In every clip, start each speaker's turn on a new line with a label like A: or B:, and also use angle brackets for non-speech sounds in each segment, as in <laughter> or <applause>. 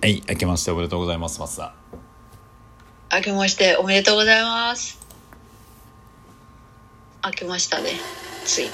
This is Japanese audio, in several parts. A: はい、明けましておめでとうございます、松田。
B: 明けましておめでとうございます。明けましたね。ついに。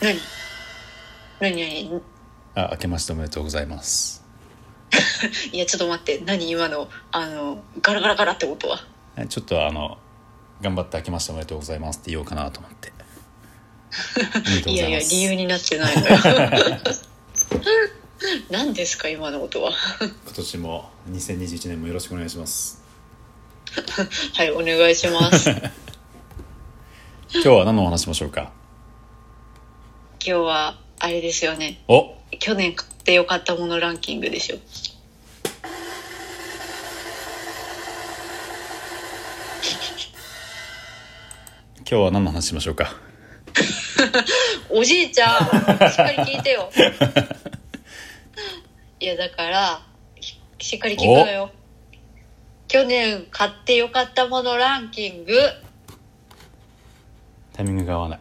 B: 何何何
A: あ、明けましておめでとうございます。
B: いや、ちょっと待って。何今の、あの、ガラガラガラって音は。
A: えちょっとあの、頑張って明けましておめでとうございますって言おうかなと思
B: <laughs>
A: って。おめでとう
B: い
A: ござい
B: やい
A: ま
B: や、
A: す。
B: 理由になってないのよ。 <laughs> 何ですか今の音は。 <laughs>
A: 今年も2021年もよろしくお願いします。
B: はい、お願いします。今
A: 今日は何のお話しましょうか
B: 日は、あれですよね。
A: お
B: 去年買ってよかったものランキングでしょ。
A: 今日は何の話しましょうか
B: おじいちゃんしっかり聞いてよいやだからししっかり聞くのよ去年買ってよかったものランキング
A: タイミングが合わない。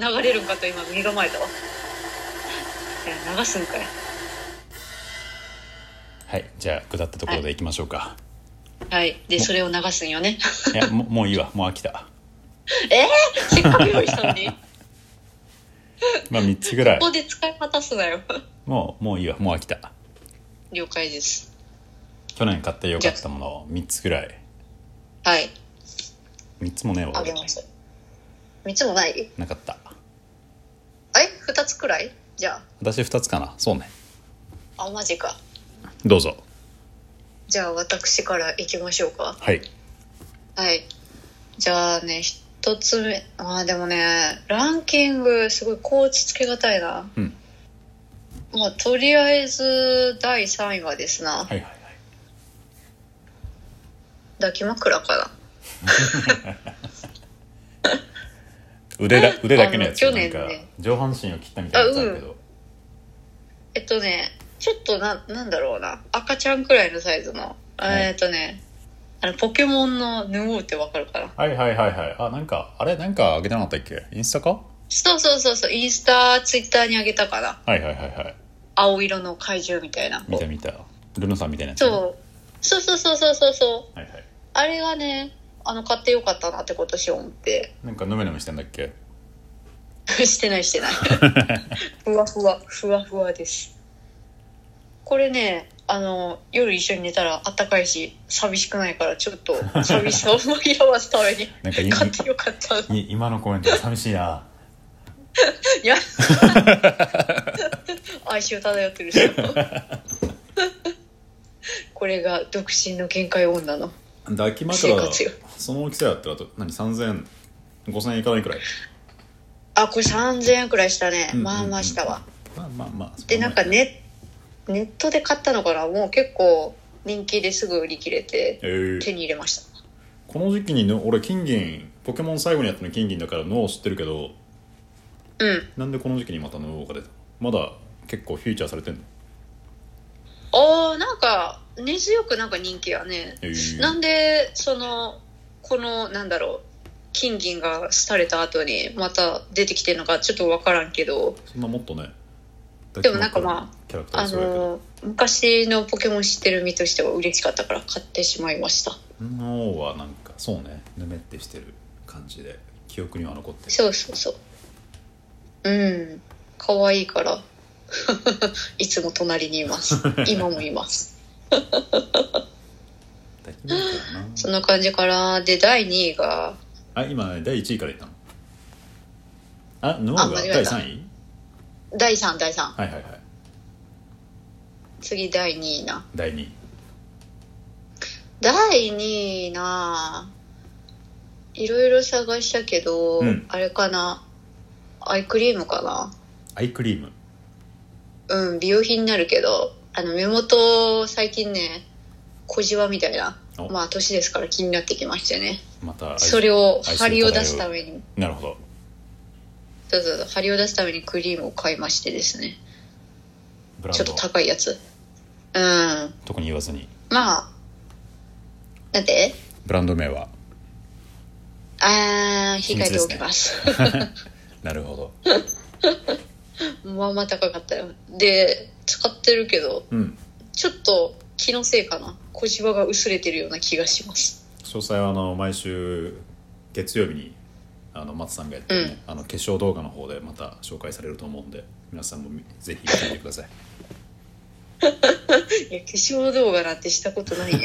B: 流れるんかと今身構えたわいや流すんかい
A: はい、じゃあ、下ったところで行きましょうか。
B: はいでそれを流すんよね <laughs>
A: い、やも、もういいわ、もう飽きた。
B: えー、せっかく用意したのにこ
A: まあ3つぐらい。
B: こで使い果たすなよ
A: もう、もういいわ、もう飽きた。
B: 了解です
A: 去年買ってよかったもの3つぐらい。
B: はい
A: 3つもねえわ、
B: あげ
A: 俺。
B: ました3つもないえ
A: なかった。
B: 2つくらいじゃ
A: 私2つかな。そうね。
B: ああマジか
A: どうぞ。
B: じゃあ私から行きましょうか
A: はい。
B: はい。じゃあね、一つ目。ああ、でもね、ランキング、すごい、こう落ち着けがたいな。
A: うん。
B: まあ、とりあえず、第3位はですな、
A: はいはいはい。
B: 抱き枕かな。
A: 腕だ腕だけのやつ
B: あ
A: な
B: の
A: ん
B: 去
A: か
B: 年ね
A: 上半身を切ったみたいなやつあるけど、
B: えっとね、ちょっとな、なんだろうな、赤ちゃんくらいのサイズの。
A: い
B: えっとね、あの、ポケモンのヌオーってわかるかな。
A: はいはいはいはいあなんかあれなんかあげてなかったっけインスタか
B: そうそうそうそう、インスタ、ツイッターにあげたかな。
A: はいはいはいはい
B: 青色の怪獣みたいな。
A: 見た見たルノさんみたいなやつね
B: そう。そうそうそうそうそうそう。
A: はいはい
B: あれがね、あの、買ってよかったなって今年思って。 <laughs>
A: なんかぬめぬめしてんだっけ
B: してないし
A: <laughs>
B: てない。ふわふわ、ふわふわです。これね、あの、夜一緒に寝たらあったかいし、寂しくないから、ちょっと寂し
A: <laughs>
B: さを紛らわすために
A: なんかいい
B: 買ってよかった。い
A: い今のコメント寂しいな <laughs>
B: や、哀愁漂ってるし。これが独身の限界女の。
A: 抱き枕
B: 生活よ
A: その大きさやったらあと何3000 5000円いかないくらい
B: あ、これ3000円くらいしたね。
A: うんうんうん
B: まあまあしたわ。
A: まあまあまあ
B: でなんか
A: ね
B: ネネットで買ったのかなもう結構人気ですぐ売り切れて
A: えー
B: 手に入れました
A: この時期にの俺金銀ポケモン最後にやったの金銀だから脳を知ってるけど
B: うん
A: なんでこの時期にまた脳が出たのまだ結構フィーチャーされてんの
B: あーなんか根強くなんか人気やね
A: えー
B: なんでそのこのなんだろう金銀が廃れた後にまた出てきてるのかちょっと分からんけど
A: そんなもっとね
B: でもなんかま
A: あキャラクター
B: あ
A: がすごいけど
B: の昔のポケモン知ってる身としては嬉しかったから買ってしまいました
A: 脳はなんかそうねぬめってしてる感じで記憶には残ってる
B: そうそうそう。うん。可愛いから。 <laughs> いつも隣にいます。
A: <laughs>
B: 今もいます。
A: 抱き枕な
B: そんな感じから。で、第2位が、
A: あ今ね第1位からいったのあ脳
B: あ
A: が
B: 間違
A: 第
B: えた
A: 3位
B: 第3、第3。
A: はいはいはい
B: 次、第2位な。
A: 第2位
B: 第2位な。いろいろ探したけど、
A: うん
B: あれかな。アイクリームかな。
A: アイクリーム
B: うん、美容品になるけど、あの、目元、最近ね、小じわみたいな
A: お。
B: まあ、年ですから気になってきましてね。
A: また
B: それを、
A: 哀愁
B: 張りを出すために。
A: なるほど
B: そうそうそう張りを出すためにクリームを買いましてですね
A: ブラ
B: ちょ
A: ンド
B: っと高いやつうんま
A: 特に言わずに
B: あなんで
A: ブランド名は <laughs>
B: ああ控えておきます
A: なるほど
B: <laughs> まあまあ高かったよで使ってるけど
A: うん
B: ちょっと気のせいかな小じわが薄れてるような気がします
A: 詳細はあの毎週月曜日にあの松さんがやってる、ねあの化粧動画の方でまた紹介されると思うんで皆さんもみぜひ見てみてください
B: いや化粧動画なんてしたことないよ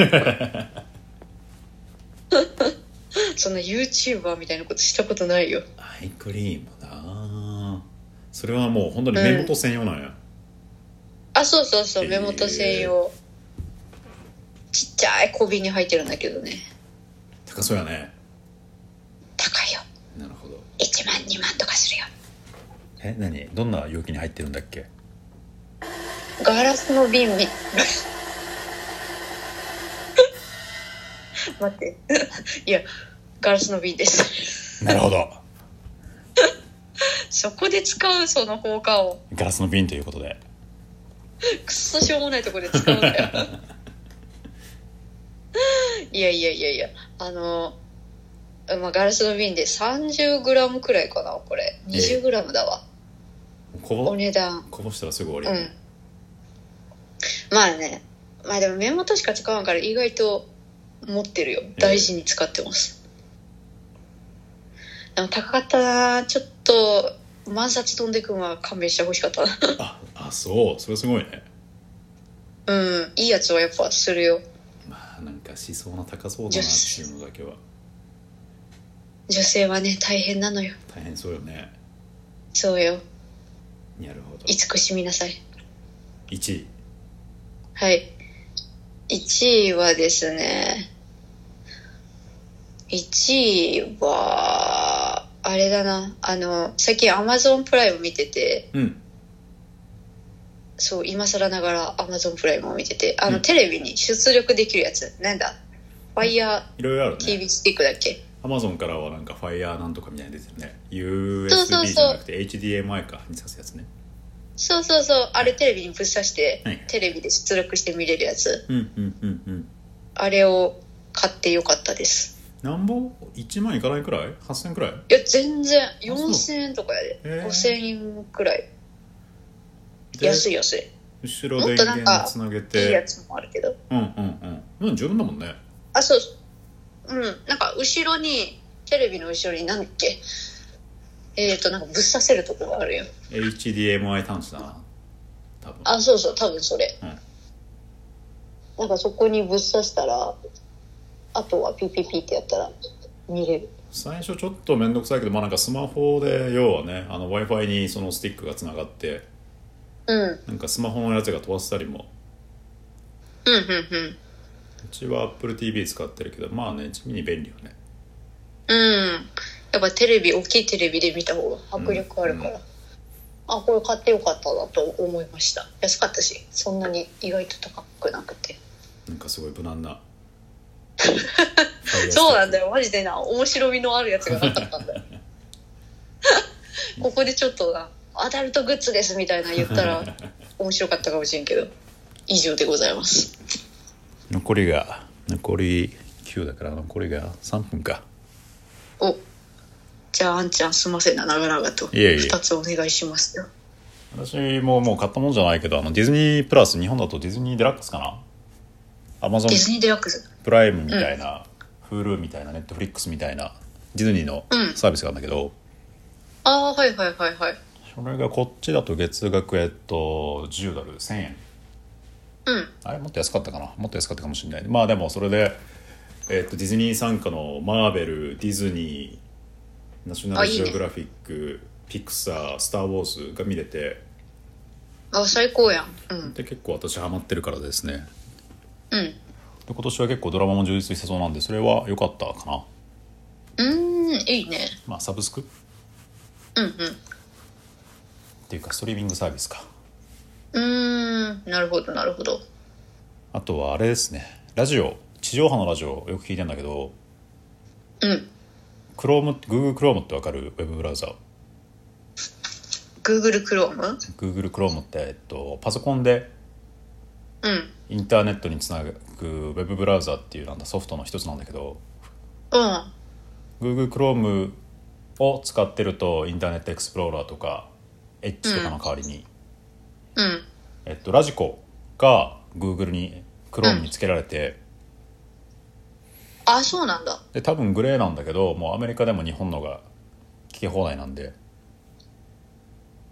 B: そんな YouTuber みたいなことしたことないよ
A: アイクリームなあそれはもう本当に目元専用なんや、
B: あそうそうそ
A: へ
B: う
A: ー
B: 目元専用、ちっちゃい小瓶に入ってるんだけどね
A: 高そうやね
B: 高いよ
A: なるほど
B: 1万2万とかするよ
A: え何どんな容器に入ってるんだっけ
B: ガラスの瓶に <laughs> 待って <laughs> いやガラスの瓶です <laughs>
A: なるほど
B: そこで使うその効果を
A: ガラスの瓶ということで
B: くっそしょうもないとこで使うんだよ <laughs> いやいやいやいやあの、まあ、ガラスの瓶で 30g くらいかなこれ 20g だわ
A: こ
B: お
A: ぼ
B: 値段
A: こぼしたらすぐ終わ
B: う
A: りや
B: ん
A: ね、
B: まあねまあでも目元しか使わんから意外と持ってるよ大事に使ってます、でも高かったなちょっと万札飛んでくんは勘弁してほしかった <laughs>
A: ああそうそれすごいね
B: なうんいいやつはやっぱするよ
A: まあなんかしそうな高そうだ
B: よ
A: なって
B: し
A: いうのだけは
B: 女性はね大変なのよ
A: 大変そうよね
B: そうよ
A: なるほど
B: 慈しみなさい
A: 1位
B: はい1位はですね1位はあれだなあの最近アマゾンプライム見てて
A: うん
B: そう今更ながら Amazon プライムを見ててあの、
A: うん
B: テレビに出力できるやつなんだファイヤ
A: いろいろある
B: ー
A: ね
B: TV スティックだっけ
A: アマゾンからはなんかファイヤーなんとかみたいに出てるね
B: そうそ
A: USB
B: うそう
A: じゃなくて HDMI かに挿すやつね
B: そうそうそうあれテレビにぶっ刺して、
A: はい
B: テレビで出力して見れるやつ
A: うんうんうんうん
B: あれを買ってよかったです
A: なんぼ1万いかないくらい8000くらい
B: いや全然
A: そう
B: 4000円とかやで
A: へー
B: 5000円くらい
A: で
B: 安い安い
A: 後ろ
B: も
A: 電
B: っとなん
A: 源
B: か
A: つなげ
B: いいや
A: て
B: つもあるけど
A: うんうんうんうん十分だもんね
B: あそううんなんか後ろにテレビの後ろになんだっけえっ、ー、となんかぶっ刺せるとこがあるよ
A: HDMI 端子だな多分
B: あそうそう多分それ、
A: うん
B: なんかそこにぶっ刺したらあとはピピピってやったら見れる
A: 最初ちょっと面倒くさいけどまあなんかスマホで要はね w i f i にそのスティックがつながって
B: うんうん
A: なんかスマホのやつが飛ばせたりも
B: うん
A: うちは AppleTV 使ってるけどまあね地味に便利よね
B: うんうんやっぱテレビ大きいテレビで見た方が迫力あるから、あこれ買ってよかったなと思いました安かったしそんなに意外と高くなくて
A: なんかすごい無難な
B: <laughs> そうなんだ
A: よ
B: よマジでな面白みのあるやつがなかったんだよここでちょっとなアダルトグッズですみたいな言っ
A: <laughs>
B: たら面白かったかもしれんけど以上でございます
A: 残りが残り9だから残りが3分か
B: おじゃああんちゃんすんませんな長々と
A: いえいえ
B: 2つお願いしますよ
A: 私ももう買ったもんじゃないけどあのディズニープラス日本だとディズニーデラックスかなアマゾン
B: ディズニーデラックス
A: プライムみたいな、Hulu みたいな Netflix みたいなディズニーの
B: うん
A: サービスがあるんだけど、
B: ああはいはいはいはい
A: それがこっちだと月額えっと10ドル1000円
B: うん
A: あれもっと安かったかなもっと安かったかもしれないまあでもそれで、えっとディズニー傘下のマーベルディズニーナショナ
B: あ
A: ル
B: いい
A: ジ
B: ね
A: オグラフィックピクサースター・ウォーズが見れて
B: あ最高やんうん
A: で結構私ハマってるからですね
B: うん
A: で今年は結構ドラマも充実してそうなんでそれは良かったかな
B: うーんいいね
A: まあサブスクっ
B: うんうん
A: ていうかストリーミングサービスか
B: うーんなるほどなるほど
A: あとはあれですねラジオ地上波のラジオよく聞いてんだけど
B: うん
A: Chrome Google Chrome ってわかるウェブブラウザ
B: Google Chrome
A: Google Chrome って、えっと、パソコンで
B: うん
A: インターネットにつなぐウェブブラウザっていうなんだソフトの一つなんだけど
B: うん
A: Google Chrome を使ってるとインターネットエクスプローラーとかエッチとかの代わりに、
B: うん
A: えっと、ラジコが Google にクロームにつけられて、
B: あそうなんだ
A: で多分グレーなんだけどもうアメリカでも日本のが聞き放題なんで、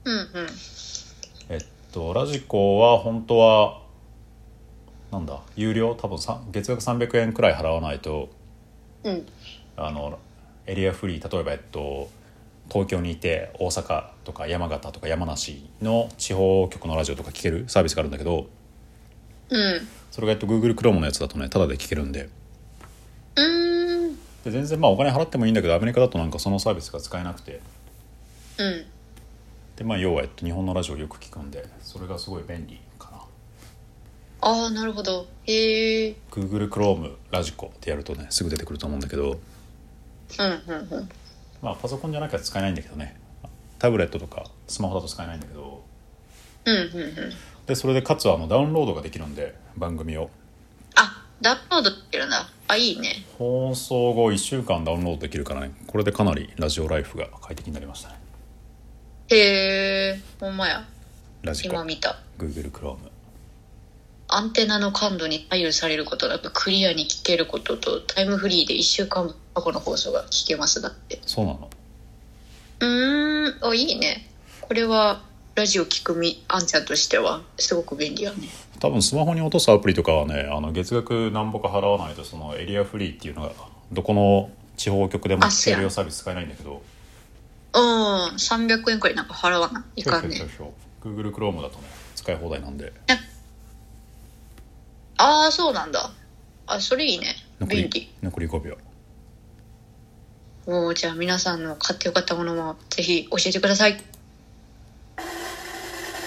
B: うんうん
A: えっと、ラジコは本当はなんだ有料多分さ月額300円くらい払わないと
B: うん
A: あのエリアフリー例えば、えっと、東京にいて大阪とか山形とか山梨の地方局のラジオとか聞けるサービスがあるんだけど
B: うん
A: それが、えっと、Google クロームのやつだとねタダで聞けるんで
B: うーん
A: で全然まあお金払ってもいいんだけどアメリカだとなんかそのサービスが使えなくて
B: うん
A: で、まあ、要は、えっと、日本のラジオをよく聞くんでそれがすごい便利かな
B: ああなるほどへえ
A: Google クロームラジコってやるとねすぐ出てくると思うんだけど、
B: うんうんうん
A: まあ、パソコンじゃなきゃ使えないんだけどねタブレットとかスマホだと使えないんだけど
B: うんうんうん
A: でそれでかつあのダウンロードができるんで番組を
B: あダウンロードってるなあいいね
A: 放送後1週間ダウンロードできるからねこれでかなりラジオライフが快適になりましたね
B: へえほんまや
A: ラジコ
B: 今見た
A: Google クローム
B: アンテナの感度に左右されることなくクリアに聞けることとタイムフリーで1週間過去の放送が聞けますだって
A: そうなの
B: うーんあいいねこれはラジオ聞くみあんちゃんとしてはすごく便利やね
A: 多分スマホに落とすアプリとかはねあの月額何ぼか払わないとそのエリアフリーっていうのがどこの地方局でも
B: あ
A: 聞ける
B: そう
A: よ
B: や
A: サービス使えないんだけど
B: うん300円くらいなんか払わない
A: そう
B: か
A: そ
B: ん
A: う
B: ね
A: そうそう Google クロームだとね使い放題なんで
B: ああそうなんだあそれいいね
A: 残
B: 便
A: り
B: 利
A: 残り5秒
B: もうじゃあ皆さんの買ってよかったものもぜひ教えてください